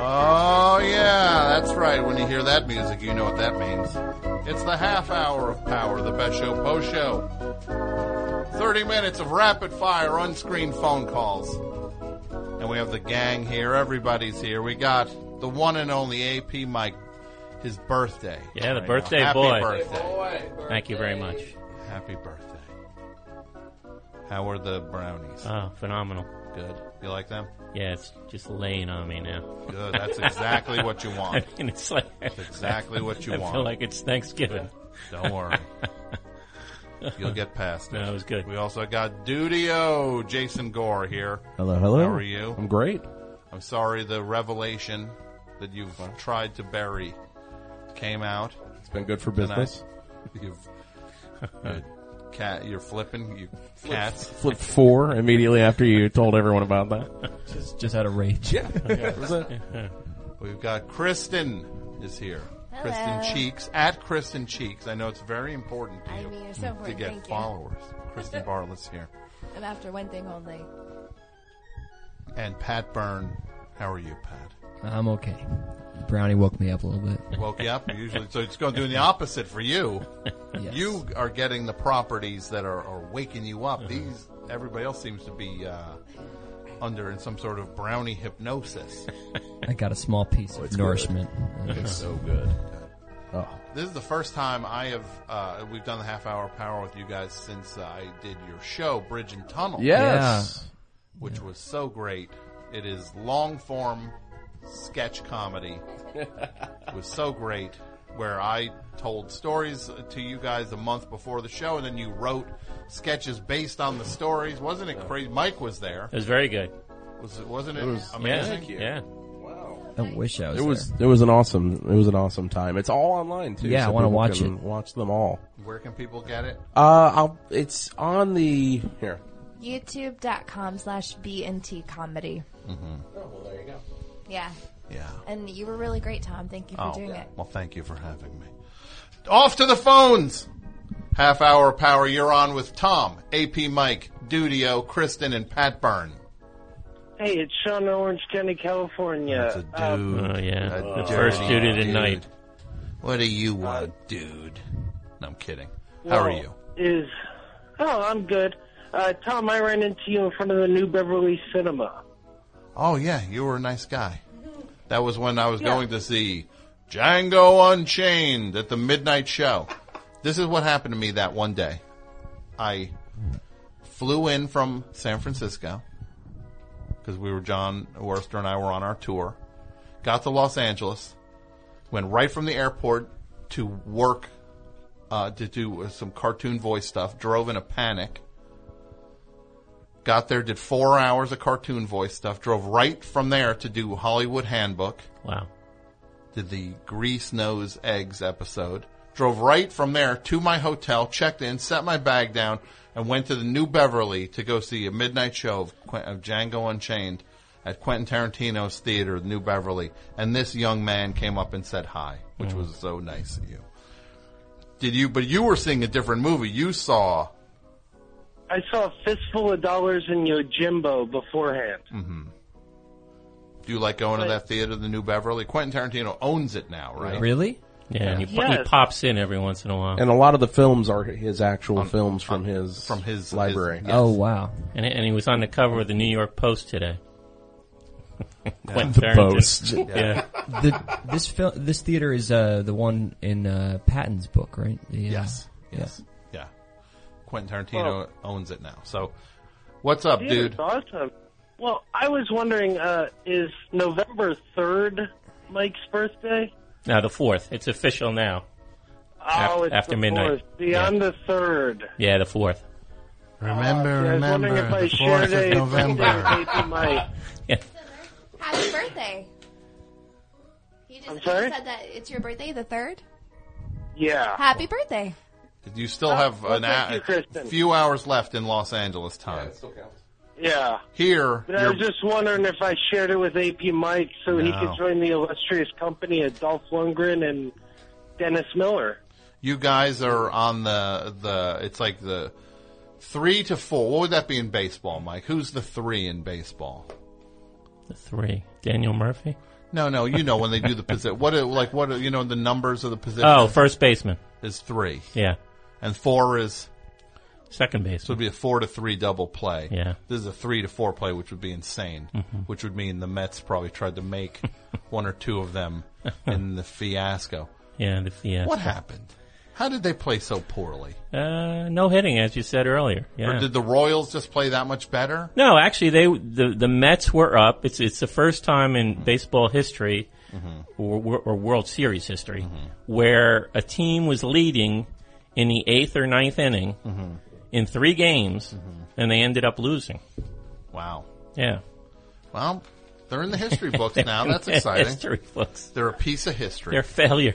Oh, yeah, that's right. When you hear that music, you know what that means. It's the half hour of power, the best show post show. 30 minutes of rapid fire unscreened phone calls. And we have the gang here. Everybody's here. We got the one and only AP Mike, his birthday. Yeah, the Right birthday now. Happy boy. birthday. Thank you very much. Happy birthday. How were the brownies? Oh, phenomenal. Good. You like them? Yeah, it's just laying on me now. Good. That's exactly what you I want. mean, it's like Exactly what you I want. feel like it's Thanksgiving. Don't worry. You'll get past it. No, it was good. We also got Dudio Jason Gore here. Hello, hello. How are you? I'm great. I'm sorry the revelation that you've tried to bury came out. It's been good for business. You've you cat you're flipping, you cats. Flipped four immediately after you told everyone about that. Just, just out of rage. We've got Kristen is here. Kristen Cheeks at Kristen Cheeks. I know it's very important to I you mean, you're so to important. get Thank followers. Kristen Bartlett's here. you. I'm after one thing only. And Pat Byrne. How are you, Pat? I'm okay. Brownie woke me up a little bit. woke you up usually. So it's going to do the opposite for you. Yes. You are getting the properties that are, are waking you up. These everybody else seems to be uh, under in some sort of brownie hypnosis. I got a small piece Oh, of nourishment. It's so good. this is the first time I have uh, we've done the half hour power with you guys since I did your show Bridge and Tunnel. Yes. which was so great. It is long form sketch comedy. it was so great where I told stories to you guys a month before the show, and then you wrote sketches based on the stories. Wasn't it crazy? Mike was there. It was very good. Was it? Wasn't it Yeah, amazing? yeah. I wish I was. It was there. it was an awesome it was an awesome time. It's all online too. Yeah, I so wanna people watch can it. Watch them all. Where can people get it? Uh, I'll, it's on the here. YouTube.com slash BNT comedy. Oh. Yeah. Yeah. And you were really great, Tom. Thank you Oh. for doing it. Oh, Well, thank you for having me. Off to the phones. Half hour of power. You're on with Tom, AP, Mike, Dudio, Kristen, and Pat Byrne. Hey, it's Sean in Orange County, California. That's a dude. Uh, Oh, yeah. A The dirty first dude at night. What do you want, dude? No, I'm kidding. How are Uh, well, you? Is oh, I'm good. Uh, Tom, I ran into you in front of the New Beverly Cinema. Oh yeah, you were a nice guy. That was when I was going to see Django Unchained at the midnight show. This is what happened to me that one day. I flew in from San Francisco because we were John Worster and I were on our tour. Got to Los Angeles, went right from the airport to work uh, to do uh, some cartoon voice stuff. Drove in a panic. Got there, did four hours of cartoon voice stuff. Drove right from there to do Hollywood Handbook. Wow. Did the grease nose eggs episode. Drove right from there to my hotel, checked in, set my bag down, and went to the New Beverly to go see a midnight show of, Quen- of Django Unchained at Quentin Tarantino's theater, New Beverly. And this young man came up and said hi, which was so nice of you. Did you? But you were seeing a different movie. You saw I saw a fistful of dollars in Yojimbo beforehand. Mm-hmm. Do you like going to Right. that theater, the New Beverly? Quentin Tarantino owns it now, right? Really? Yeah, and he, Yes. he pops in every once in a while. And a lot of the films are his actual films from his from his- library. his- Oh wow! And, and he was on the cover of the New York Post today. Quentin The Tarantino. Post. Yeah. The, this film, this theater is uh, the one in uh, Patton's book, right? The, uh, Yes. yeah. Yes. Yeah. Quentin Tarantino owns it now. So, what's up, Dude, dude? it's awesome. Well, I was wondering, uh, is November third Mike's birthday? Now, the fourth. It's official now. Oh, Af- it's after the midnight. Fourth. Beyond Yeah. the third. Yeah, the fourth. Remember, I was wondering if I shared a birthday with Mike. Yeah. Happy birthday. He just, I'm he sorry? said that it's your birthday, the third. Yeah. Happy birthday! You still have well, an thank you, hour, a Kristen. few hours left in Los Angeles time. Yeah. Here, But I you're- was just wondering if I shared it with AP Mike so he No. could join the illustrious company of Dolph Lundgren and Dennis Miller. you guys are on the the. It's like the three to four. What would that be in baseball, Mike? Who's the three in baseball? The three. Daniel Murphy. No, no, you know when they do the position. What are, like what are, you know the numbers of the position Oh, first baseman. is three, Yeah. and four is Second so it'd baseman. be a four to three double play. Yeah. Mm-hmm. this is a three to four play, which would be insane. Which would mean the Mets probably tried to make one or two of them in the fiasco. Yeah, the yeah. What happened? How did they play so poorly? Uh, no hitting, as you said earlier. Yeah. Or did the Royals just play that much better? No, actually, they the the Mets were up. It's it's the first time in Mm-hmm. baseball history or, wor- or World Series history Mm-hmm. where a team was leading in the eighth or ninth inning Mm-hmm. in three games, and they ended up losing. Wow. Yeah, Well, they're in the history books now. That's exciting. history books. They're a piece of history. Their failure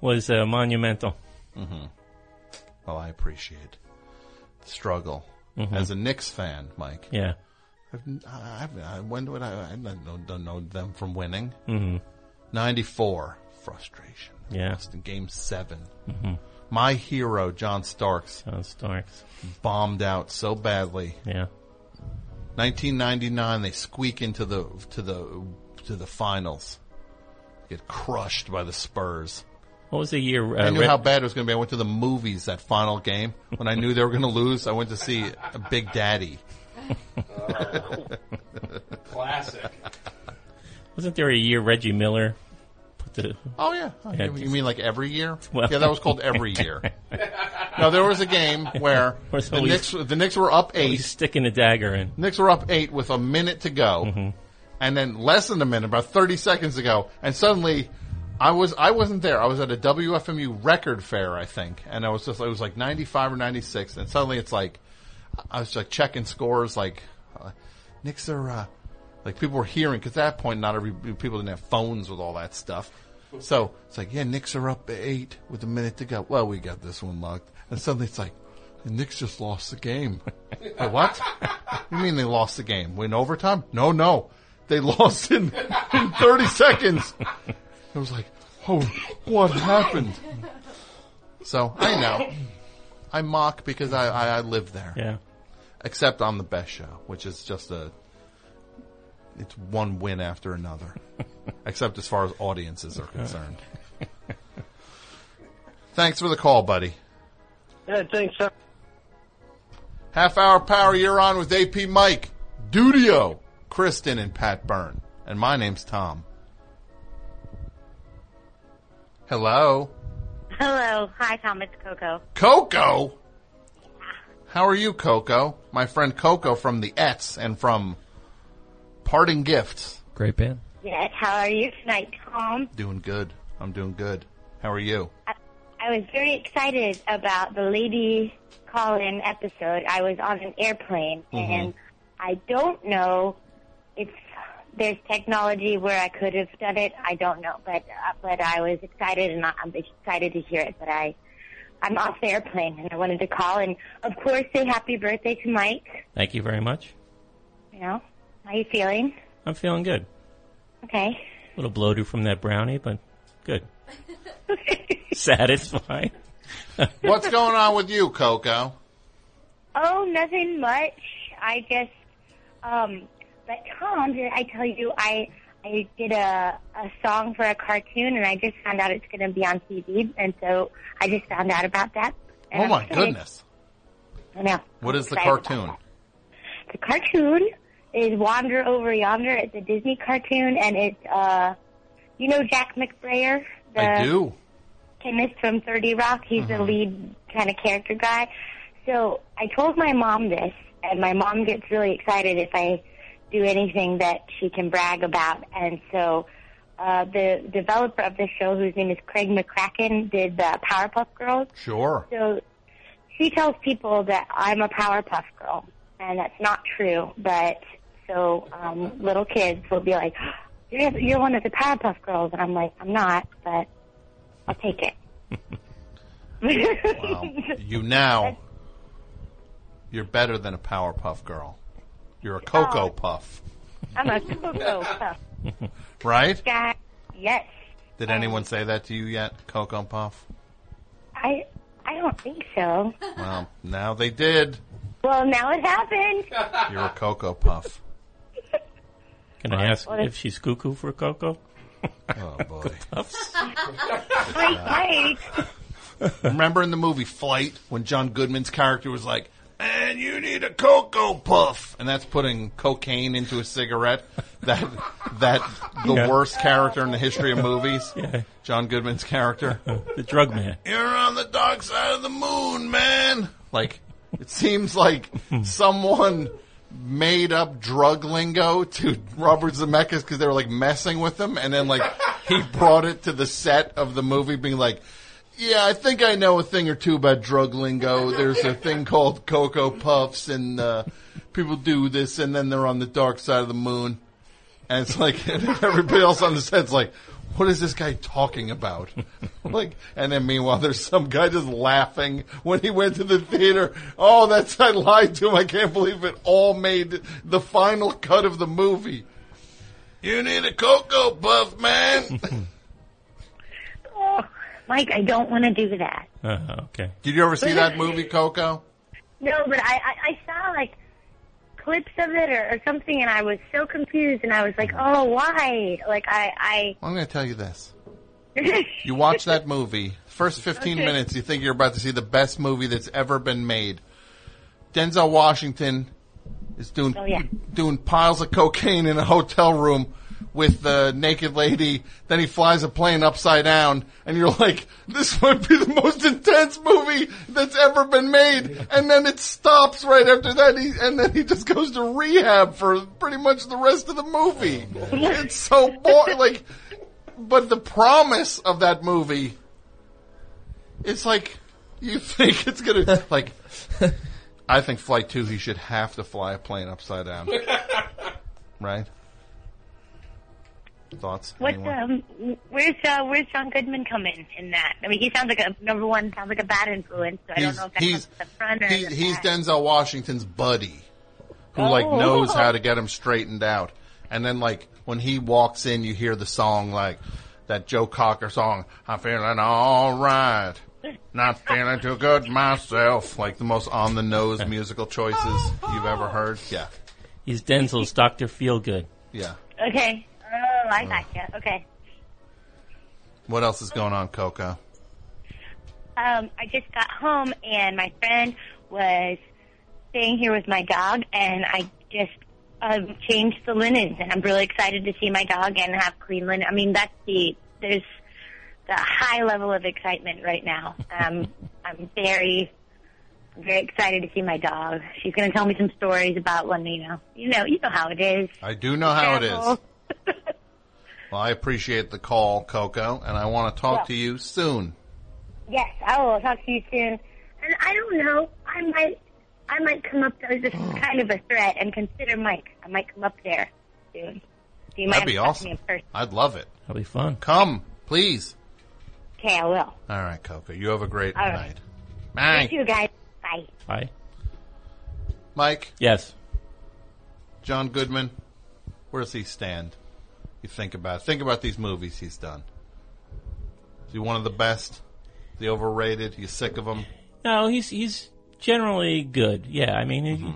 was uh, monumental. Well, Mm-hmm. Oh, I appreciate the struggle. As a Knicks fan, Mike, Mm-hmm. Yeah, I've, I, I, when would I, I don't know, don't know them from winning. Mm-hmm. 94, frustration. Yeah. Lost in game 7 Mm-hmm. My hero, John Starks, John Starks. bombed out so badly. Yeah, 1999, they squeak into the, to the, to the finals. Get crushed by the Spurs. what was the year? Uh, I knew Red- how bad it was going to be. I went to the movies that final game when I knew they were going to lose. I went to see Big Daddy. Classic. wasn't there a year Reggie Miller put the Oh yeah, Oh, Yeah, you, you mean like every year? Well- yeah, that was called every year. no, there was a game where Was the always- Knicks the Knicks were up he's eight. sticking a dagger in? Mm-hmm. Knicks were up eight with a minute to go, and then less than a minute, about thirty seconds to go, and suddenly. I was I wasn't there. I was at a WFMU record fair, I think, and I was just it was like ninety five or ninety six, and suddenly it's like I was like checking scores, like uh, Knicks are uh, like people were hearing because at that point not every people didn't have phones with all that stuff. So it's like yeah, Knicks are up eight with a minute to go. Well, we got this one locked, and suddenly it's like the Knicks just lost the game. Wait, what? You mean they lost the game? Win overtime? No, no, they lost in in thirty seconds. I was like, oh, what happened? So I know. I mock because I, I, I live there Yeah, except on the best show, which is just a it's one win after another. except as far as audiences are concerned. Thanks for the call, buddy. Yeah, thanks. uh, Half hour power you're on with AP Mike, Dudio, Kristen and Pat Byrne. And my name's Tom. Hello. Hello. Hi, Tom. It's Coco. Coco. How are you, Coco? My friend Coco from the Ets and from Parting Gifts. Great band. Yes. How are you tonight, Tom? Doing good. I'm doing good. How are you? I, I was very excited about the lady call-in episode. I was on an airplane, Mm-hmm. and I don't know if there's technology where I could have done it. I don't know, but uh, but I was excited, and I, I'm excited to hear it. But I. I'm off the airplane and I wanted to call and of course say happy birthday to Mike. thank you very much. You know, how you feeling? I'm feeling good. Okay. A little bloated from that brownie, but good. Satisfied. What's going on with you, Coco? Oh, nothing much. I just, um, but Tom, did I tell you I I did a a song for a cartoon, and I just found out it's going to be on TV, and so I just found out about that. And Oh I'm my excited. goodness. I know. What is the Excited about cartoon? that. The cartoon is Wander Over Yonder. It's a Disney cartoon, and it's uh, you know Jack McBrayer. The, I do. chemist from 30 Rock. He's the lead kind of character guy. So I told my mom this, and my mom gets really excited if I do anything that she can brag about. And so uh, the developer of the show, whose name is Craig McCracken, did the Powerpuff Girls. Sure. So she tells people that I'm a Powerpuff Girl, and that's not true. But so um, little kids will be like, you're, you're one of the Powerpuff Girls. And I'm like, I'm not, but I'll take it. Wow. Um, you now, you're better than a Powerpuff Girl. You're a Cocoa Oh. Puff, I'm a Cocoa Puff right? guy. Yes. Did anyone say that to you yet, Cocoa Puff? I, I don't think so. Well, now they did. Well, now it happened. You're a Cocoa Puff. Can I ask if she's cuckoo for Coco? Oh boy. Wait, wait. Remember in the movie Flight when John Goodman's character was like, "And you need a cocoa puff," and that's putting cocaine into a cigarette. That that the Yeah. worst character in the history of movies. John Goodman's character. The drug man. You're on the dark side of the moon, man. Like it seems like someone made up drug lingo to Robert Zemeckis because they were like messing with him, and then like he brought it to the set of the movie, being like. Yeah, I think I know a thing or two about drug lingo. There's a thing called Cocoa Puffs, and uh, people do this, and then they're on the dark side of the moon. And it's like everybody else on the set's like, what is this guy talking about? like, and then meanwhile, there's some guy just laughing when he went to the theater. Oh, that's I lied to him. I can't believe it all made the final cut of the movie. You need a cocoa puff, man. Oh, Mike, I don't want to do that. Uh, okay. Did you ever see that movie, Coco? No, but I, I, I saw like clips of it or, or something, and I was so confused, and I was like, oh, why? Like I, I'm going to tell you this. I. You watch that movie. First 15 minutes, you think you're about to see the best movie that's ever been made. Denzel Washington is doing Oh, yeah. doing piles of cocaine in a hotel room with the naked lady. Then he flies a plane upside down, and you're like, "This would be the most intense movie that's ever been made." And then it stops right after that, he, and then he just goes to rehab for pretty much the rest of the movie. it's so boring. Like, but the promise of that movie, it's like you think it's gonna like. I think flight two, he should have to fly a plane upside down. right? Thoughts? What Anyone? um, where's uh, where's John Goodman come in in that? I mean, he sounds like a number one sounds like a bad influence. So I don't He's know if that's he's the front or he- the he's back. Denzel Washington's buddy, who like Oh. knows how to get him straightened out. And then like when he walks in, you hear the song like that Joe Cocker song. I'm feeling all right, not feeling too good myself. Like the most on the nose musical choices you've ever heard. Yeah, He's Denzel's Dr. Feelgood. yeah. Okay. Oh, I gotcha. Okay. What else is going on, Coco? Um, I just got home and my friend was staying here with my dog, and I just um, changed the linens, and I'm really excited to see my dog and have clean linen. I mean, that's the there's the high level of excitement right now. Um, I'm very very excited to see my dog. She's going to tell me some stories about when you know you know you know how it is. I do know how it is. Travel. Well, I appreciate the call, Coco, and I want to talk Yeah. to you soon. Yes, I will talk to you soon. And I don't know, I might, I might come up. There. This is kind of a threat, and consider Mike. I might come up there soon. So you might That'd be have to talk to awesome. Me in person. I'd love it. That'll be fun. Come, please. Okay, I will. All right, Coco. You have a great All right. night. Bye. You guys, bye. Hi. Mike, Yes. John Goodman, where does he stand? You think about it. Think about these movies he's done. Is he one of the best? Is he overrated? You sick of him? No, he's he's generally good. Yeah, I mean, Mm-hmm. he,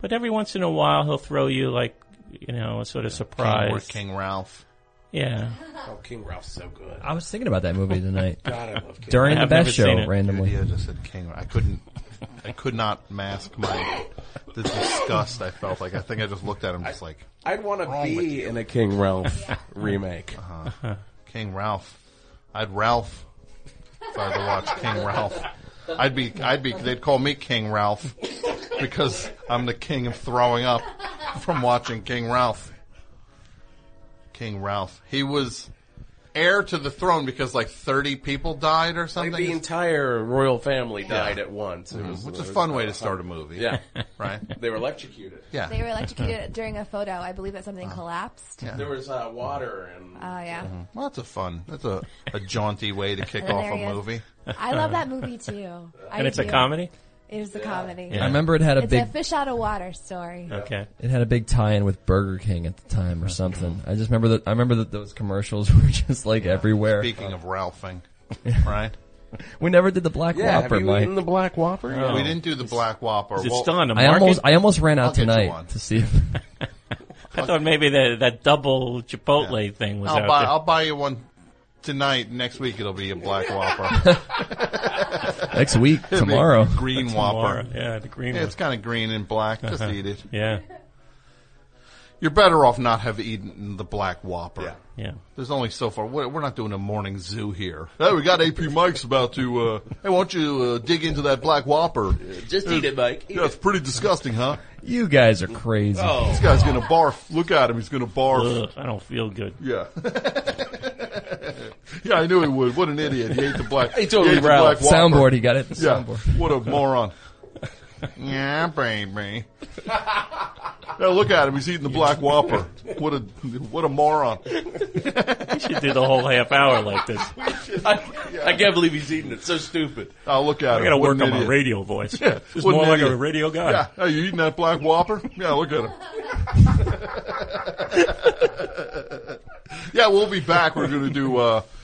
but every once in a while he'll throw you like you know a sort of surprise. King, or King Ralph. Yeah, Oh, King Ralph's so good. I was thinking about that movie tonight God, I love King. during I the have best never show seen it. randomly. Dude, I just said King. Ralph. I couldn't. I could not mask my the disgust I felt like. I think I just looked at him just like I'd want to Wrong with be in a King Ralph remake. King Ralph. I'd Ralph if I had to watch King Ralph. I'd be, I'd be, they'd call me King Ralph because I'm the king of throwing up from watching King Ralph. King Ralph. He was, heir to the throne because like 30 people died or something. Mm-hmm. Like the entire royal family died at once. Mm-hmm. It was- which it is a was- fun way to start a movie. Yeah, Right? they were electrocuted. Yeah. They were electrocuted during a photo. I believe that something collapsed. Yeah. There was uh, water and Oh yeah. Mm-hmm. Mm-hmm. Well, that's a fun, that's a, a jaunty way to kick off there he a is. movie. I love that movie too. I And it's a do. comedy? It is a comedy. Yeah. I remember it had a It's big a fish out of water story. Okay. it had a big tie-in with Burger King at the time or something. I just remember that I remember that those commercials were just like everywhere. Speaking of Ralphing, right? We never did the Black yeah. Have Whopper, you Mike. eaten the Black Whopper? No. We didn't do the Black Whopper. Is it Well, still on the I market? almost I almost ran out I'll get you one. tonight to see if I thought maybe that that double Chipotle thing was I'll out buy, there. I'll buy you one tonight. Next week it'll be a Black Whopper. next week tomorrow. Green Whopper. Tomorrow. Yeah, the green Yeah, one. Uh-huh. it's kind of green and black. Just eat it. Yeah, You're better off not have eaten the Black Whopper. Yeah. yeah. There's only so far. We're, we're not doing a morning zoo here. Hey, we got AP Mike's about to. Uh, hey, why don't you uh, dig into that Black Whopper? Just eat it, Oh. Mike. Eat Yeah, it's pretty disgusting, huh? You guys are crazy. This guy's gonna barf. Look at him. He's gonna barf. Ugh, I don't feel good. Yeah. yeah, I knew he would. What an idiot. He ate the black. He totally ate the Ralph. black Whopper. Soundboard, he got it. The Yeah. Soundboard. What a moron. yeah, baby. now look at him. He's eating the black whopper. What a what a moron. We should do the whole half hour like this. it. I, I can't believe he's eating it. So stupid. Oh, look at him. I got to What work an on my idiot. radio voice. It's what an more like a idiot. radio guy. Yeah. Are you eating that black whopper? Yeah, look at him. yeah, we'll be back. We're going to do uh,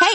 Hey,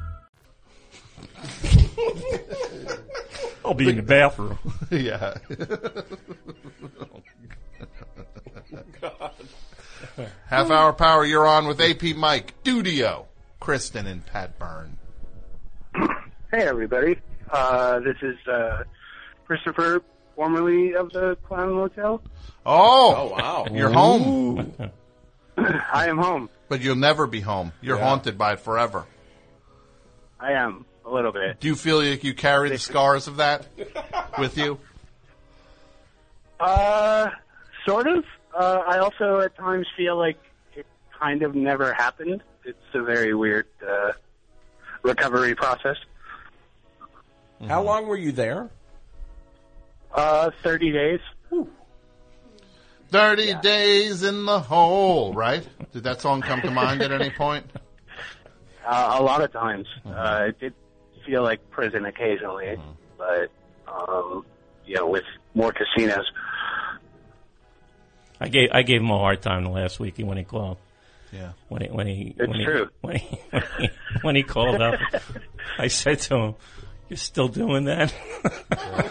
I'll be in the bathroom. yeah. Half hour power. You're on with AP Mike Dudio, Kristen, and Pat Byrne. Hey, everybody. Uh, this is uh, Christopher, formerly of the Clown Motel. Oh Oh, wow. you're home, I am home. but you'll never be home. You're haunted by it forever. I am a little bit. Do you feel like you carry the scars of that with you? Uh, sort of. Uh, I also at times feel like it kind of never happened. It's a very weird uh, recovery process. Mm-hmm. How long were you there? Uh, 30 days. 30 days in the hole, right? Did that song come to mind at any point? Uh, a lot of times. Mm-hmm. Uh, it did feel like prison occasionally, but, um, you know, with more casinos. I gave I gave him a hard time the last week when he called. Yeah. When he when he It's when he, true. When he, when he when he called up, I said to him, "You're still doing that."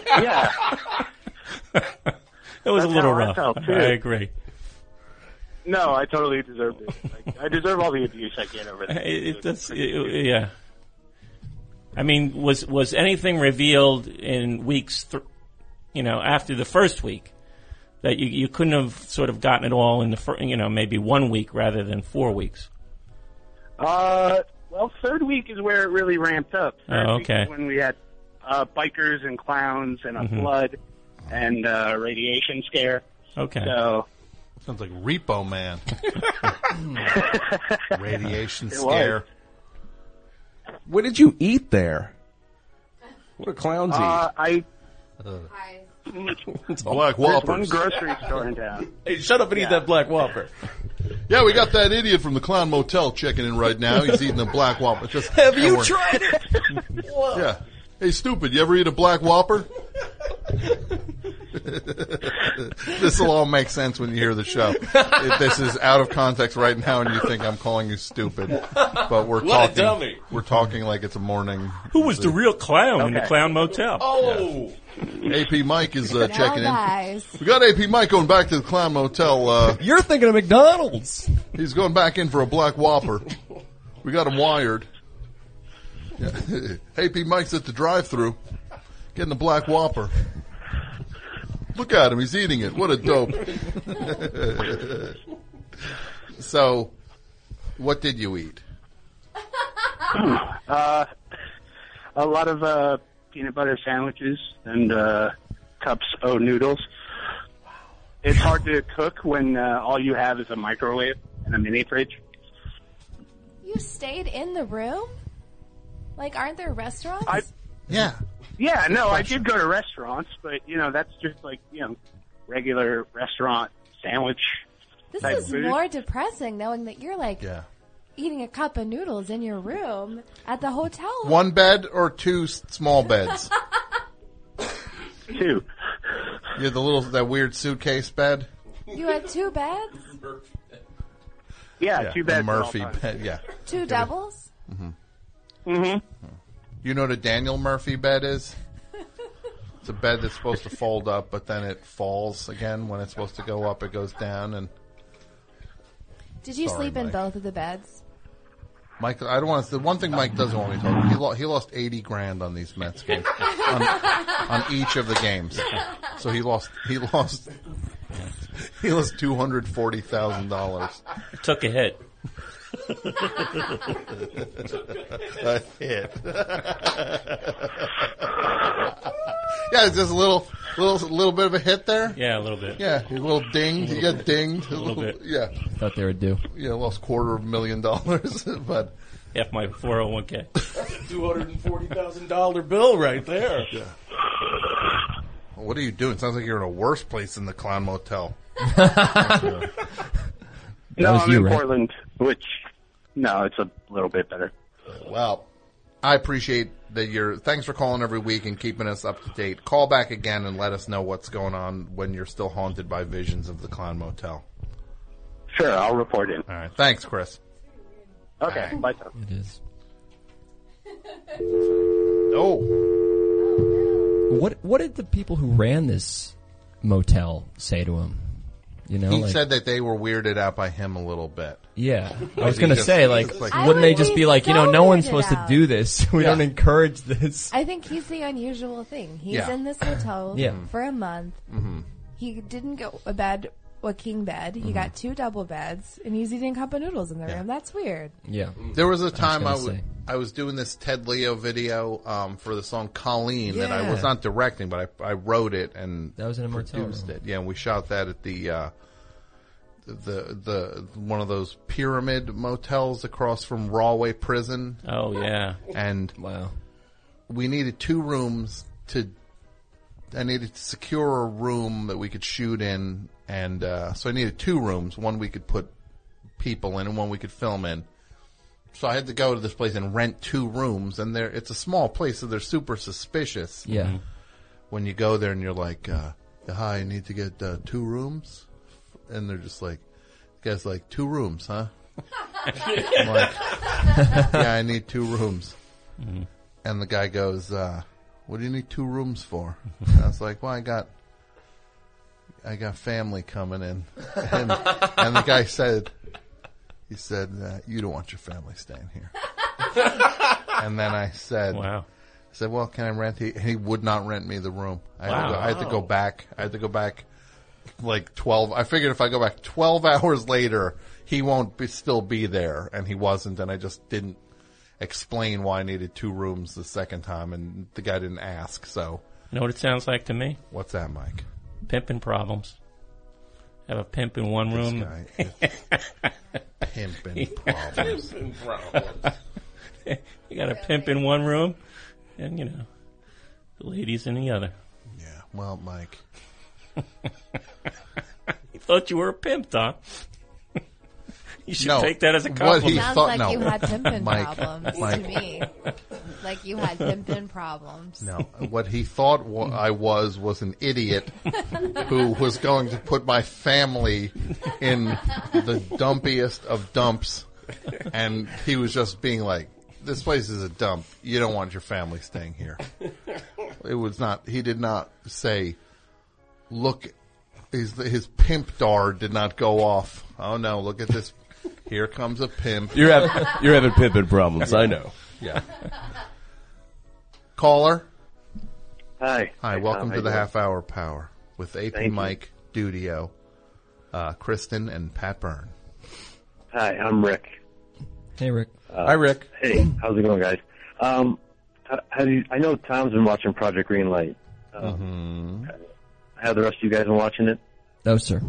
Yeah. It was a That's little how I rough. felt, too. I agree. No, I totally deserved it. Like, I deserve all the abuse I get over this. It, it, that's, it, it- yeah. I mean, was was anything revealed in weeks, th- you know, after the first week that you, you couldn't have sort of gotten it all in the fir- you know maybe one week rather than four weeks? Uh, well, third week is where it really ramped up. Third Oh, week is okay. Mm-hmm. when we had uh, bikers and clowns and a flood and uh, radiation scare. Okay. So Sounds like Repo Man. Radiation was. scare. What did you eat there? What do clowns uh, I Eyes. Black There's one Whoppers. grocery store in town. Hey, shut up and eat that black whopper. Yeah, we got that idiot from the Clown Motel checking in right now. He's eating a black whopper. Just Have you and we're- tried it? Yeah. Hey, stupid! You ever eat a black whopper? this will all make sense when you hear the show. If this is out of context right now, and you think I'm calling you stupid, but we're What a talking. dummy. We're talking like it's a morning. Who was the real clown in the Okay. Clown Motel? Oh, AP Mike is uh, Now, checking in. guys. We got AP Mike going back to the Clown Motel. Uh, You're thinking of McDonald's. He's going back in for a black whopper. We got him wired. Yeah. AP Mike's at the drive-through, getting the black whopper. Look at him; he's eating it. What a dope! so, what did you eat? Uh, a lot of uh, peanut butter sandwiches and uh, cups of noodles. It's hard to cook when uh, all you have is a microwave and a mini fridge. You stayed in the room? Like, aren't there restaurants? Yeah. Yeah, no, I did go to restaurants, but you know that's just like you know regular restaurant sandwich. this type is food. more depressing knowing that you're like Yeah. eating a cup of noodles in your room at the hotel. One bed or two s- small beds? Two. You had the little that weird suitcase bed. You had two beds, Yeah, the two beds. Murphy bed. Yeah. two doubles. Mm-hmm. Hmm. You know what a Daniel Murphy bed is? It's a bed that's supposed to fold up, but then it falls again. When it's supposed to go up, it goes down. And Did you Sorry, sleep in Mike. both of the beds? Mike, I don't want to. The one thing Mike doesn't want me to talk about, he, lo- he lost 80 grand on these Mets games. on, on each of the games. So he lost, he lost, he lost $240,000. Took a hit. a hit. yeah, it's just a little, little, little bit of a hit there. Yeah, a little bit. Yeah, a little dinged. You got dinged. A little bit. Yeah, Thought they would do. yeah, lost quarter of a million dollars, but F my 401k. two hundred and forty thousand dollar bill right there. what are you doing? Sounds like you're in a worse place than the clown motel. No, was I'm you, in right? Portland, which no, it's a little bit better. Well, I appreciate that you're. Thanks for calling every week and keeping us up to date. Call back again and let us know what's going on when you're still haunted by visions of the clown motel. Sure, I'll report it. All right, thanks, Chris. Okay, bye. Tom. It is. Oh, What What did the people who ran this motel say to him? You know, he like, said that they were weirded out by him a little bit. yeah. I Like, was he gonna just- say, he like, just, like- I wouldn't they would just be be like, you know, so no one's weirded supposed out. to do this. We Yeah. don't encourage this. I think he's the unusual thing. He's Yeah. Mm-hmm. in this hotel Yeah. for a month. He didn't get a bed, a king bed. He got Mm-hmm. two double beds, and he's eating cup of noodles in the room. That's weird. Yeah. There was a time I gonna was, say. I was doing this Ted Leo video um, for the song Colleen that I was Yeah. not directing, but I, I wrote it and That was in a motel produced room. it. Yeah, and we shot that at the uh, the the one of those pyramid motels across from Rahway Prison, Oh yeah. and Wow. we needed two rooms to. I needed to secure a room that we could shoot in, and uh, so I needed two rooms: one we could put people in, and one we could film in. So I had to go to this place and rent two rooms, and they're it's a small place, so they're super suspicious Yeah. when you go there and you're like, uh, "Hi, I need to get uh, two rooms," and they're just like, the "Guys, like two rooms, huh?" I'm like, "Yeah, I need two rooms." And the guy goes, uh, "What do you need two rooms for?" And I was like, "Well, I got." I got family coming in, and, and the guy said, "He said uh, you don't want your family staying here." and then I said, Wow. I said, "Well, can I rent?" He, he would not rent me the room. I had, to go, I had to go Wow. back. I had to go back like twelve. I figured if I go back twelve hours later, he won't be, still be there, and he wasn't. And I just didn't explain why I needed two rooms the second time, and the guy didn't ask. So, You know what it sounds like to me? what's that, Mike? Pimping problems. Have a pimp in one room. Guy is pimping problems. You got a pimp in one room, and you know, the ladies in the other. Yeah. Well, Mike. He thought you were a pimp, Tom. you should No. take that as a What compliment. he Sounds thought- like no. you had pimping Mike, problems Mike. to me. Like you had pimping problems. No, what he thought wa- I was was an idiot who was going to put my family in the dumpiest of dumps, and he was just being like, "This place is a dump. You don't want your family staying here." It was not. He did not say, "Look." His, his pimp dar did not go off. Oh no! Look at this. Here comes a pimp. You're having you're having pimping problems. I know. Yeah. Caller. Hi. Hi, Tom. welcome How to you the doing? half hour power with AP Thank you. Mike Dudio, uh, Kristen, and Pat Byrne. Hi, I'm Rick. Hey, Rick. Uh, Hi, Rick. Hey, how's it going, guys? Um, h- have you, I know Tom's been watching Project Greenlight. Um, Have the rest of you guys been watching it? No, sir.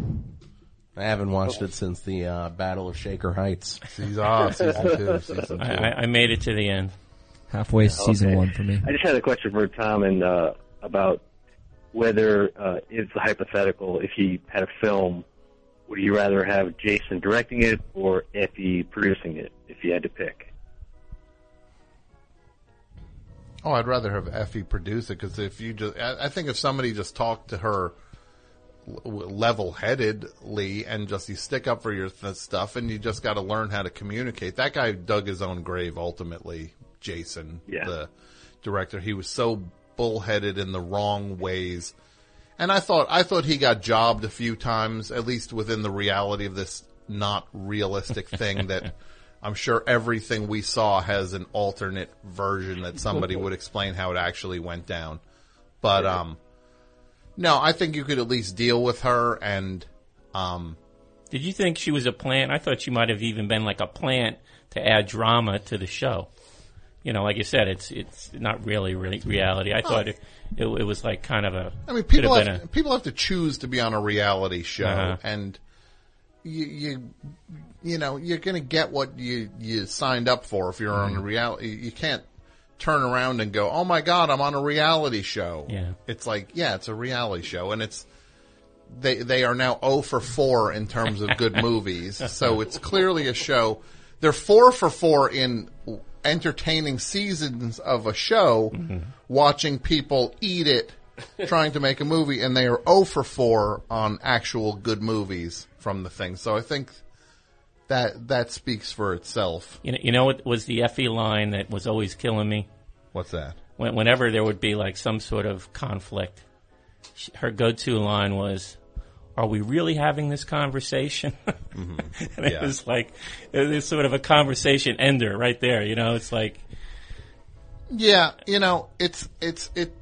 I haven't watched it since the uh, Battle of Shaker Heights. ah, season two, season I, I, I made it to the end. Halfway season Okay. one for me. I just had a question for Tom and uh, about whether uh, it's hypothetical. If he had a film, would you rather have Jason directing it or Effie producing it? If you had to pick, Oh, I'd rather have Effie produce it because if you just, I, I think if somebody just talked to her level headedly and just you stick up for your th- stuff and you just got to learn how to communicate. That guy dug his own grave ultimately, Jason, Yeah. the director. He was so bullheaded in the wrong ways. And I thought, I thought he got jobbed a few times, at least within the reality of this not realistic thing that I'm sure everything we saw has an alternate version that somebody would explain how it actually went down. But, um, no, I think you could at least deal with her and, um, Did you think she was a plant? I thought she might have even been like a plant to add drama to the show. You know, like you said, it's it's not really really reality. I thought it, it, it was like kind of a. I mean, could people have have, been people have to choose to be on a reality show, Uh-huh. and you, you you know you're going to get what you you signed up for if you're Mm-hmm. on a reality. You can't turn around and go, "Oh my God, I'm on a reality show." Yeah. it's like yeah, it's a reality show, and it's they they are now 0 for 4 in terms of good movies. So it's clearly a show. They're 4 for 4 in entertaining seasons of a show, watching people eat it, trying to make a movie, and they are 0 for 4 on actual good movies from the thing. So I think that that speaks for itself. you know, you know what was the Effie line that was always killing me? What's that? When, whenever there would be like some sort of conflict, sh her go-to line was, "Are we really having this conversation?" and it Mm-hmm. Yeah. was like it was sort of a conversation ender right there. You know, it's like Yeah, you know, it's it's it.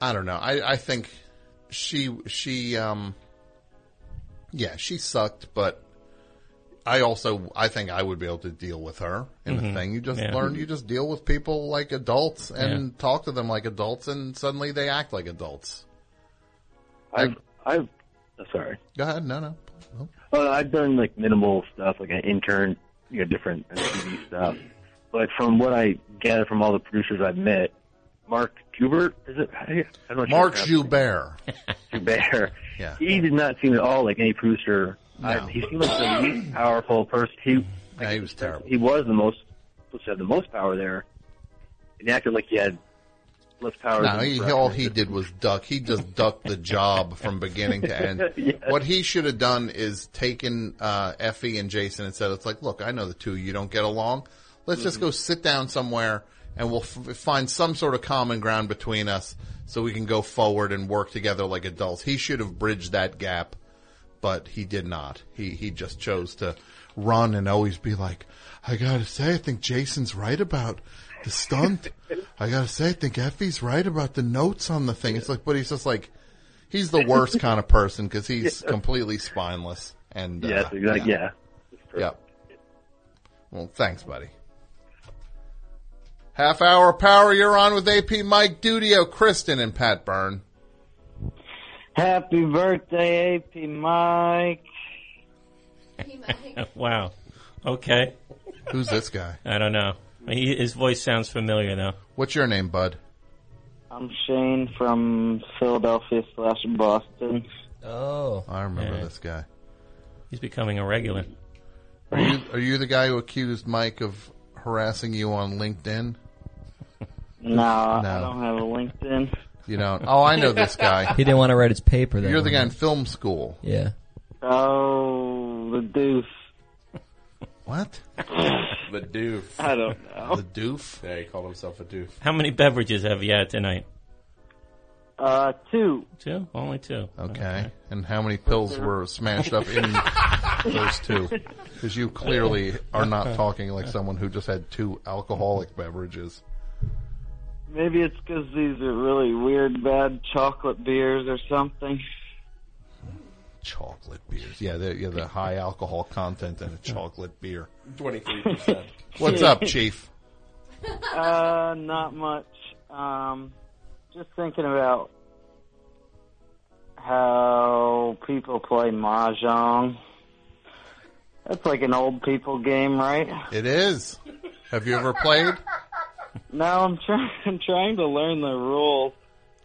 I don't know. I I think she she um. Yeah, she sucked, but I also I think I would be able to deal with her in the Mhm. thing. You just Yeah. learn you just deal with people like adults and talk to them like adults, and suddenly they act like adults. I've I've oh, sorry. Go ahead, no, no. Well, I've done like minimal stuff, like an intern, you know, different TV stuff. But from what I gather from all the producers I've met, Mark Gubert is it? how do you- I'm not sure Mark how to Joubert. pronounce it. Joubert. Yeah. He did not seem at all like any producer. I, he seemed like the least powerful person. He No, he was terrible. he was the most supposed to have the most power there, and he acted like he had less power. No, than he, Brett. all he did was duck. He just ducked the job from beginning to end. What he should have done is taken uh, Effie and Jason and said, "It's like, look, I know the two of you don't get along. Let's just go sit down somewhere and we'll f- find some sort of common ground between us, so we can go forward and work together like adults." He should have bridged that gap, but he did not. He he just chose to run and always be like, "I gotta say, I think Jason's right about." The stunt. I gotta say, I think Effie's right about the notes on the thing. It's like, but he's just like, he's the worst kind of person because he's completely spineless. And uh, Yes, exactly. Yeah. yeah. Well, thanks, buddy. Half hour power. You're on with AP Mike Dudio, Kristen, and Pat Byrne. Happy birthday, AP Mike. oh, Wow. Okay. Who's this guy? I don't know. He, his voice sounds familiar, though. What's your name, bud? I'm Shane from Philadelphia slash Boston. Oh, I remember this guy. He's becoming a regular. Are you are you the guy who accused Mike of harassing you on LinkedIn? No, I don't have a LinkedIn. You don't. Oh, I know this guy. He didn't want to write his paper. That You're the one guy in night. film school. Yeah. Oh, the doof. What? The doof. I don't know. The doof? Yeah, he called himself a doof. How many beverages have you had tonight? Uh, two. Two? Only two. Okay. And how many pills were smashed up in those two? Because you clearly are not talking like someone who just had two alcoholic beverages. Maybe it's because these are really weird, bad chocolate beers or something. Chocolate beers. Yeah, the, yeah, the high alcohol content in a chocolate beer. 23%. What's up, Chief? Uh, not much. Um, just thinking about how people play mahjong. That's like an old people game, right? It is. Have you ever played? No, I'm trying. I'm trying to learn the rules.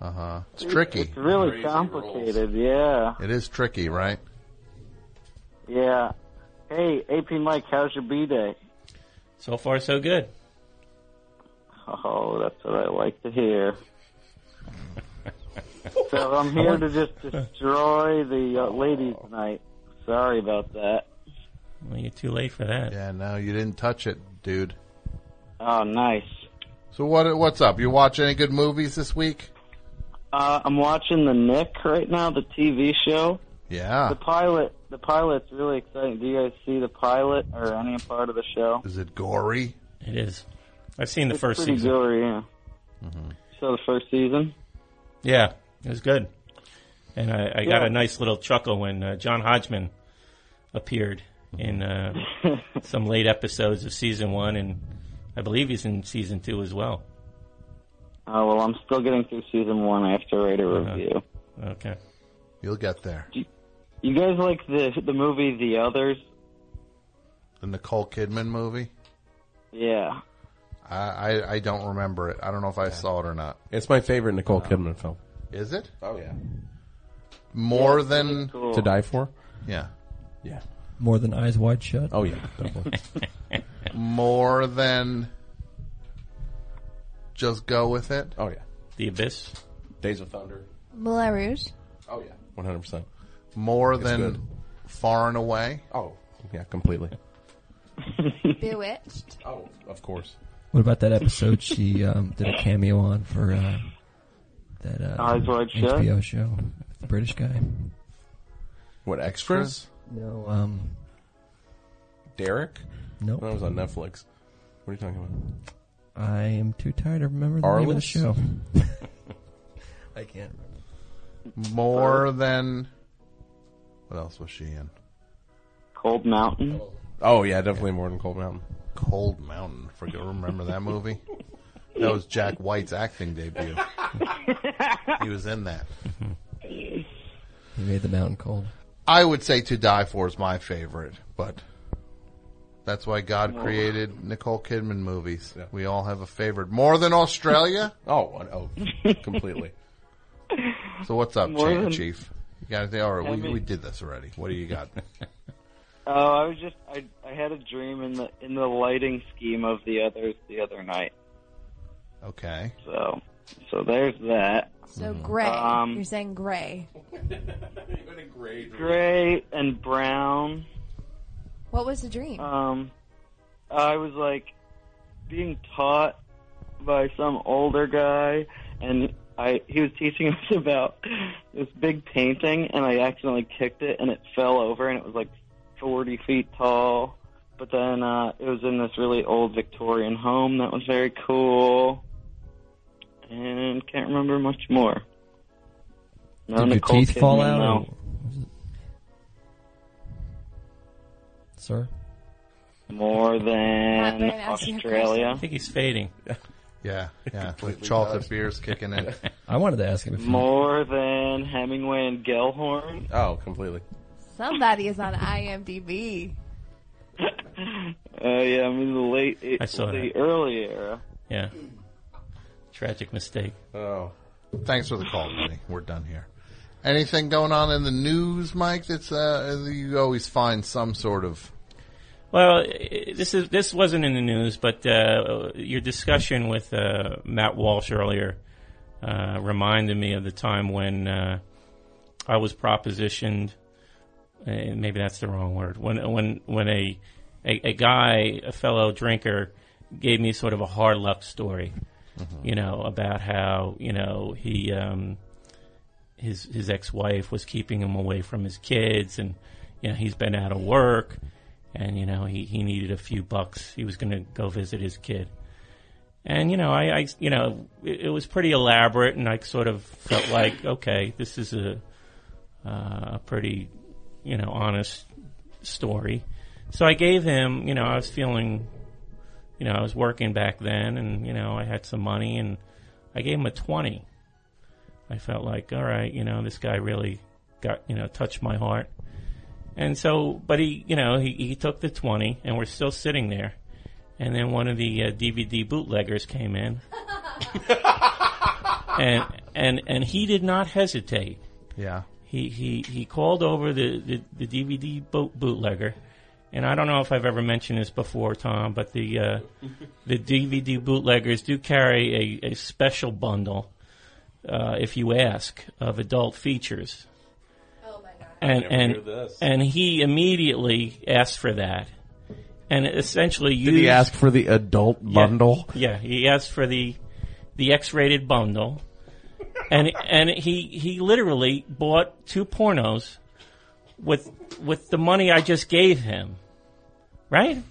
Uh huh. It's tricky. It's really complicated. Yeah, It is tricky, right? yeah. Hey, AP Mike, how's your B day? So far, so good. Oh, that's what I like to hear. so I'm here to just destroy the uh, ladies' night. Sorry about that. Well, you're too late for that. Yeah, no, you didn't touch it, dude. Oh, nice. So what? What's up? You watch any good movies this week? Uh, I'm watching the Nick right now, the TV show. Yeah. The pilot, the pilot's really exciting. Do you guys see the pilot or any part of the show? Is it gory? It is. I've seen the It's first pretty season. gory, yeah. So the first season. Yeah, it was good. And I, I got Yeah. a nice little chuckle when uh, John Hodgman appeared in uh, some late episodes of season one, and I believe he's in season two as well. Oh well, I'm still getting through season one. I have to write a review. Okay. You'll get there. You guys like the the movie The Others? The Nicole Kidman movie. Yeah. I I, I don't remember it. I don't know if I saw it or not. It's my favorite Nicole Kidman film. Is it Oh yeah. more than To die for? Yeah. Yeah. More than eyes wide shut. Oh yeah, definitely. More than just go with it. Oh yeah. The Abyss. Days of Thunder. Moulin Rouge. Oh yeah. One hundred percent. More It's than good. far and away. Oh yeah, completely. Bewitched. Oh, of course. What about that episode she um, did a cameo on for uh, that uh, Eyes Wide Shut? HBO show? The British guy. What extras? No. Um, Derek? Nope. That was on Netflix. What are you talking about? I am too tired to remember the name of the Arliss? show. I can't remember. More than what else was she in? Cold Mountain. Oh yeah, definitely more than Cold Mountain. Cold Mountain. Forget remember that movie. That was Jack White's acting debut. he was in that. He made the mountain cold. I would say To Die For is my favorite, but that's why God created Nicole Kidman movies. We all have a favorite. More than Australia? Oh, one- oh, completely. so what's up, More Chief? than- Chief? You got anything? All right, I we, mean- we did this already. What do you got? Oh, I was just I I had a dream in the in the lighting scheme of The Others the other night. Okay. So so there's that. So Mm-hmm. gray. Um, You're saying gray. Gray and brown. What was the dream? Um, I was like being taught by some older guy, and I he was teaching us about this big painting, and I accidentally kicked it, and it fell over, and it was like forty feet tall. But then uh, it was in this really old Victorian home that was very cool, and can't remember much more. No Did your Nicole teeth fall Kidman, out? no. or- was it- Sir? More than Catherine, ask you a I Australia. think he's fading. Yeah, yeah. With chocolate beers kicking in. I wanted to ask him if he- More than Hemingway and Gellhorn. Oh, completely. Somebody is on IMDb. Uh, yeah, I mean the late, I saw the that. early era. Yeah. Tragic mistake. Oh, Thanks for the call, buddy. We're done here. Anything going on in the news, Mike? That's uh, you always find some sort of Well, i- this is this wasn't in the news, but uh, your discussion with uh, Matt Walsh earlier uh, reminded me of the time when uh, I was propositioned. eh, maybe that's the wrong word. When when when a, a a guy, a fellow drinker, gave me sort of a hard luck story, you know, about how you know he. Um, his his ex wife was keeping him away from his kids, and you know he's been out of work, and you know he he needed a few bucks. He was going to go visit his kid, and you know I, I you know it, it was pretty elaborate, and I sort of felt like okay, this is a uh, a pretty you know honest story. So I gave him, you know, I was feeling, you know, I was working back then, and you know I had some money, and I gave him a twenty. I felt like, all right, you know, this guy really got, you know, touched my heart. And so, but he, you know, he, he took the 20 and we're still sitting there. And then one of the uh, DVD bootleggers came in. and, and, and he did not hesitate. Yeah. He, he, he called over the, the, the DVD boot, bootlegger. And I don't know if I've ever mentioned this before, Tom, but the, uh, the DVD bootleggers do carry a, a special bundle uh, if you ask, of adult features. Oh my god! And I never and hear this. and he immediately asked for that, and essentially you Did he ask for the adult bundle? Yeah, he asked for the the X-rated bundle, and and he he literally bought two pornos with with the money I just gave him, right?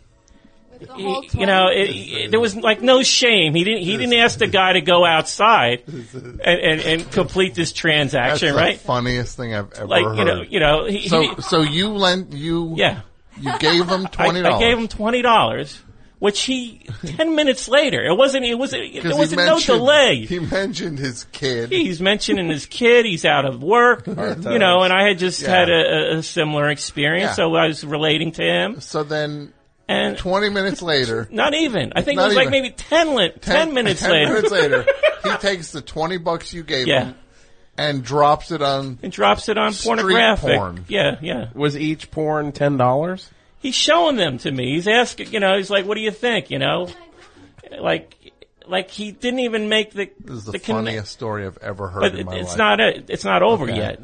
whole you know, it, it- there was like no shame. He didn't. He didn't ask the guy to go outside and, and, and complete this transaction, That's right? The funniest thing I've ever Like, you heard. know- you know, he- so he- so you lent you yeah you gave him twenty I, I gave dollars. him twenty dollars, which he ten minutes later. It wasn't. It was. It, there wasn't no delay. He mentioned his kid. He's mentioning his kid. He's out of work. You know, and I had just Yeah. had a, a- a similar experience, Yeah. so I was relating to him. So then, and twenty minutes later, not even. I think it Not was like even. maybe 10, li- 10, minutes later. minutes later, he takes the twenty bucks you gave Yeah. him and drops it on and drops it on pornographic. Yeah, yeah. Was each porn ten dollars? He's showing them to me. He's asking, you know, he's like, "What do you think?" You know, like, like he didn't even make the This is the, the conne- funniest story I've ever heard but in my it's life. not a, it's not over Okay. yet.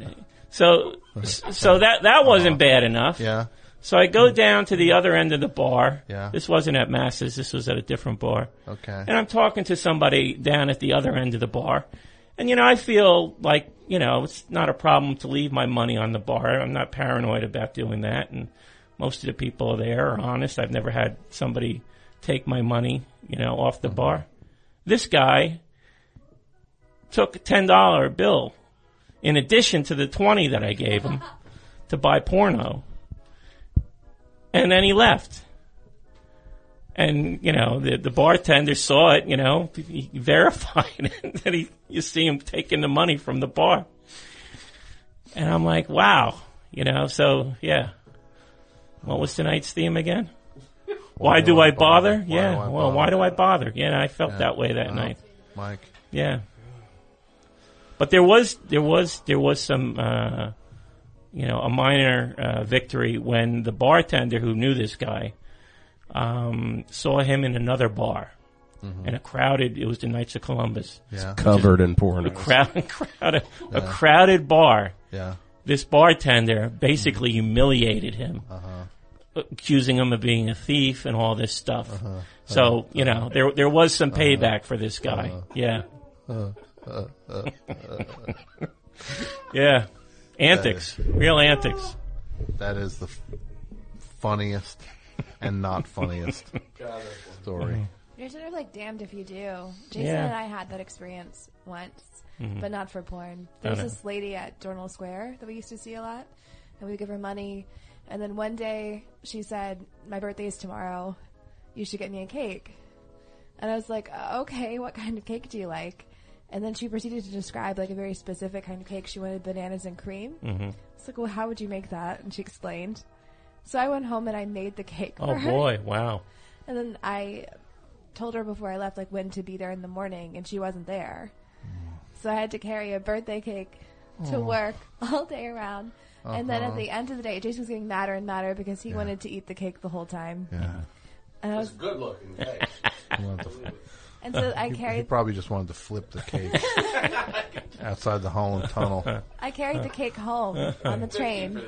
So so that that wasn't bad enough. Yeah. So I go down to the other end of the bar. Yeah. This wasn't at Masses. This was at a different bar. Okay. And I'm talking to somebody down at the other end of the bar, and you know I feel like you know it's not a problem to leave my money on the bar. I'm not paranoid about doing that, and most of the people there are honest. I've never had somebody take my money, you know, off the bar. This guy took a ten dollar bill in addition to the twenty that I gave him to buy porno. And then he left. And you know the the bartender saw it. You know he verified it, that he you see him taking the money from the bar. And I'm like, wow, you know. So yeah, what was tonight's theme again? Why, do, I bother? Yeah. do I well, why do I bother? Yeah, I felt Yeah. that way that Wow. night. Mike. Yeah. But there was there was there was some uh, you know a minor uh, victory when the bartender who knew this guy um, saw him in another bar in a crowded. It was the Knights of Columbus, Yeah. Covered in pornos. A crowd, crowded, a crowded bar. Yeah. This bartender basically humiliated him, accusing him of being a thief and all this stuff. So you know there there was some payback for this guy. Uh-huh. Yeah. Uh. Uh, yeah. Antics. That is- Real antics. That is the f- funniest and not funniest story. You're sort of like damned if you do. Jason Yeah. and I had that experience once, Mm-hmm. Mhm. but not for porn. Oh, There was no. this lady at Journal Square that we used to see a lot, and we would give her money. And then one day she said, "My birthday is tomorrow. You should get me a cake." And I was like, "Uh, "Okay, what kind of cake do you like?" And then she proceeded to describe like a very specific kind of cake. She wanted bananas and cream. Mhm. It's like, well, how would you make that? And she explained. So I went home and I made the cake. Oh for her. boy! Wow. And then I told her before I left, like, when to be there in the morning, and she wasn't there. So I had to carry a birthday cake to Oh. work all day around. And then at Uh-huh. the end of the day, Jason was getting madder and madder because he wanted to eat the cake the whole time. Yeah. And I was It's good looking. Hey. And so I He- He carried probably just wanted to flip the cake outside the Holland Tunnel. I carried the cake home on the train.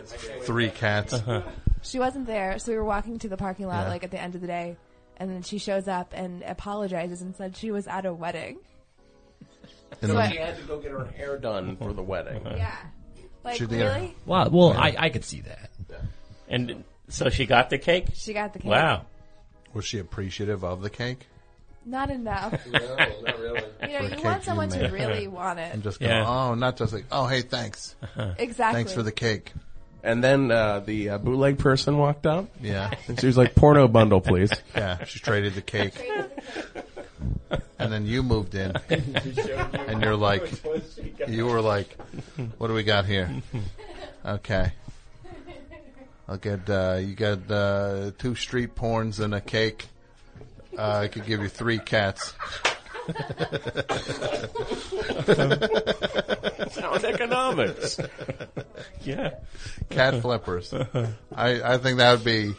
Three cats. Uh-huh. She wasn't there, so we were walking to the parking lot Yeah. like at the end of the day, and then she shows up and apologizes and said she was at a wedding. And So then- I- she had to go get her hair done for the wedding. Yeah. Like She did. really? Wow. Well, I, I could see that. And so she got the cake. She got the cake. Wow. Was she appreciative of the cake? Not enough. No, not You really. know, For a you cake want someone to made. really want it. And just go, oh, not just like, oh, hey, thanks. Uh-huh. Exactly. Thanks for the cake. And then uh, the uh, bootleg person walked up. Yeah. And she was like, "Porno bundle, please." Yeah, she traded the cake. and then you moved in. and you're like, you were like, what do we got here? Okay. I'll get, uh, you got uh, two street porns and a cake. Uh, I could give you three cats. Sound economics. Yeah. Cat flippers. I, I think that would be.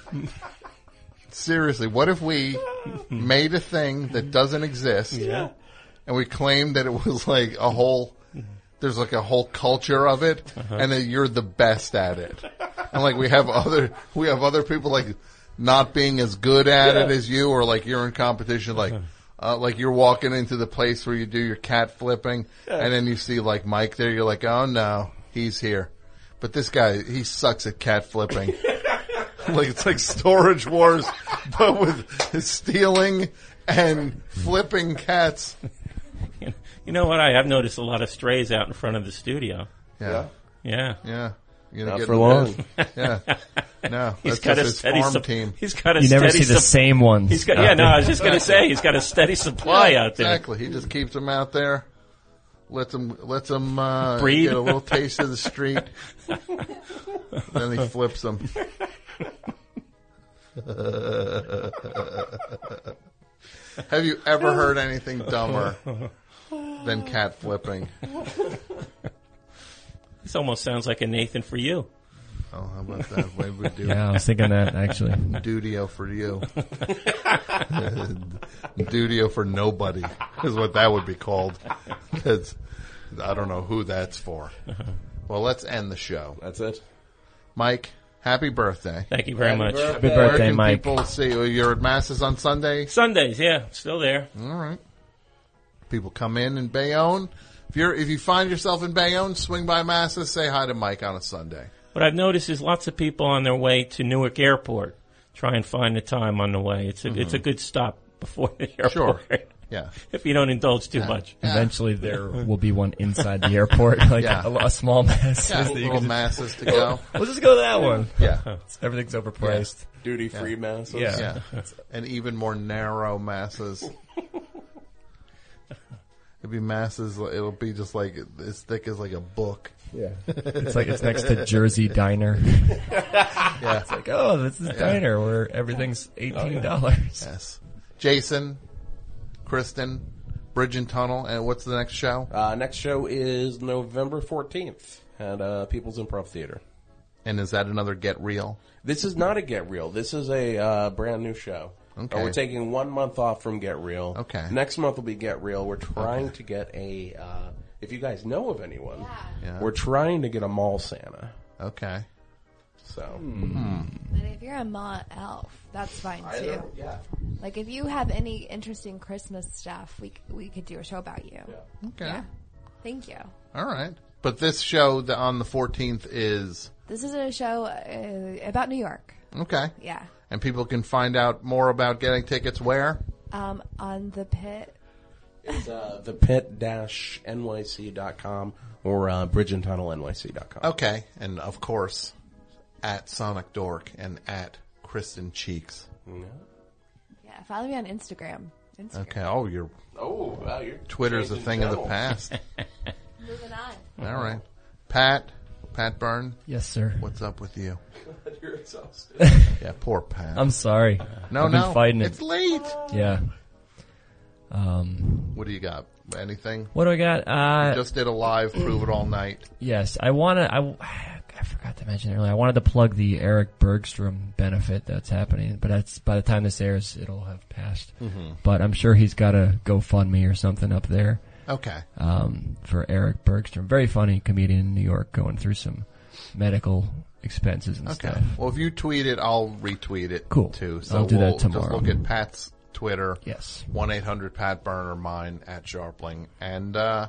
Seriously, what if we made a thing that doesn't exist Yeah. and we claimed that it was like a whole, there's like a whole culture of it and that you're the best at it. And like we have other, we have other people like not being as good at it Yeah. as you or like you're in competition, like, uh, like you're walking into the place where you do your cat flipping Yeah. and then you see like Mike there, you're like, oh no, he's here. But this guy, he sucks at cat flipping. like it's like storage wars, but with stealing and flipping cats. You know what? I have noticed a lot of strays out in front of the studio. Yeah. Yeah. Yeah. You're Not gonna get for in long. this. Yeah. No. He's that's got just a his steady farm sup- team. He's got a You never steady see the sup- same ones He's got, out yeah, no, there. I was just going to say he's got a steady supply Yeah, out there. Exactly. He just keeps them out there. Lets them, lets them uh, Breed. get a little taste of the street. then he flips them. Have you ever heard anything dumber than cat flipping? This almost sounds like a Nathan for you. Oh, how about that? Maybe we do. Yeah, I was thinking that, actually. Dudio for you. Dudio for nobody is what that would be called. 'Cause I don't know who that's for. Well, let's end the show. That's it. Mike, happy birthday. Thank you very Happy much. birthday. Happy Where birthday, can Mike. People see you? You're at masses on Sunday. Sundays, yeah, still there. All right. People come in in Bayonne. If you're if you find yourself in Bayonne, swing by masses. Say hi to Mike on a Sunday. What I've noticed is lots of people on their way to Newark Airport try and find the time on the way. It's a, it's a Mhm. good stop before the airport. Sure. Yeah. if you don't indulge too Yeah. much. Eventually, there will be one inside the airport, like Yeah. a, a small mass. Yeah, little masses to go. Let's just go to that one. Yeah. everything's overpriced. Duty-free masses. Yeah. Yeah. and even more narrow masses. It'd be masses. It'll be just like as thick as like a book. Yeah. It's like it's next to Jersey Diner. yeah. It's like, oh, this is Yeah. diner where Oh, everything's eighteen dollars. Yes. Jason, Kristen, Bridge and Tunnel, and what's the next show? Uh, next show is November 14th at uh, People's Improv Theater. And is that another Get Real? This is not a Get Real. This is a uh, brand new show. Okay. Uh, we're taking one month off from Get Real. Okay. Next month will be Get Real. We're trying to get a. Uh, if you guys know of anyone, Yeah. we're trying to get a mall Santa. Okay. So. Hmm. And if you're a ma elf, that's fine I too. don't- yeah. Like if you have any interesting Christmas stuff, we c- we could do a show about you. Okay. Thank you. All right. But this show the, on the 14th is This is a show uh, about New York. okay. Yeah. And people can find out more about getting tickets where? Um, on the pit. It's uh, thepit-nyc.com or uh, bridgeandtunnelnyc.com. Okay, and of course, at Sonic Dork and at Kristen Cheeks. Yeah. Follow me on Instagram. Instagram. Okay. Oh, your Oh, wow, you're Twitter's a changing thing of the channels. past. Moving on. All right, Pat, Pat Byrne. Yes, sir. What's up with you? You're exhausted. Yeah, poor Pat. I'm sorry. No, I've been no, fighting it. it's late. Yeah. Um, What do you got? Anything? What do I got? Uh, You just did a live prove it all night. Yes, I want to. I, w- I forgot to mention earlier. I wanted to plug the Eric Bergstrom benefit that's happening, but that's by the time this airs, it'll have passed. Mhm. But I'm sure he's got a GoFundMe or something up there. Okay. Um, for Eric Bergstrom, very funny comedian in New York, going through some medical expenses and Okay. stuff. Well, if you tweet it, I'll retweet it. Cool. Too. So I'll do we'll that tomorrow. Just look at Pat's Twitter. Yes. One eight hundred Pat Burner mine at Sharpling, and uh,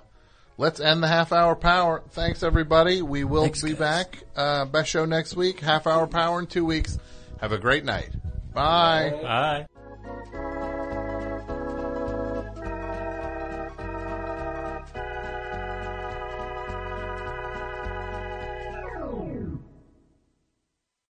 let's end the half hour power. Thanks everybody. We will be back. Uh, best show next week. Half hour power in two weeks. Have a great night. Bye. Bye.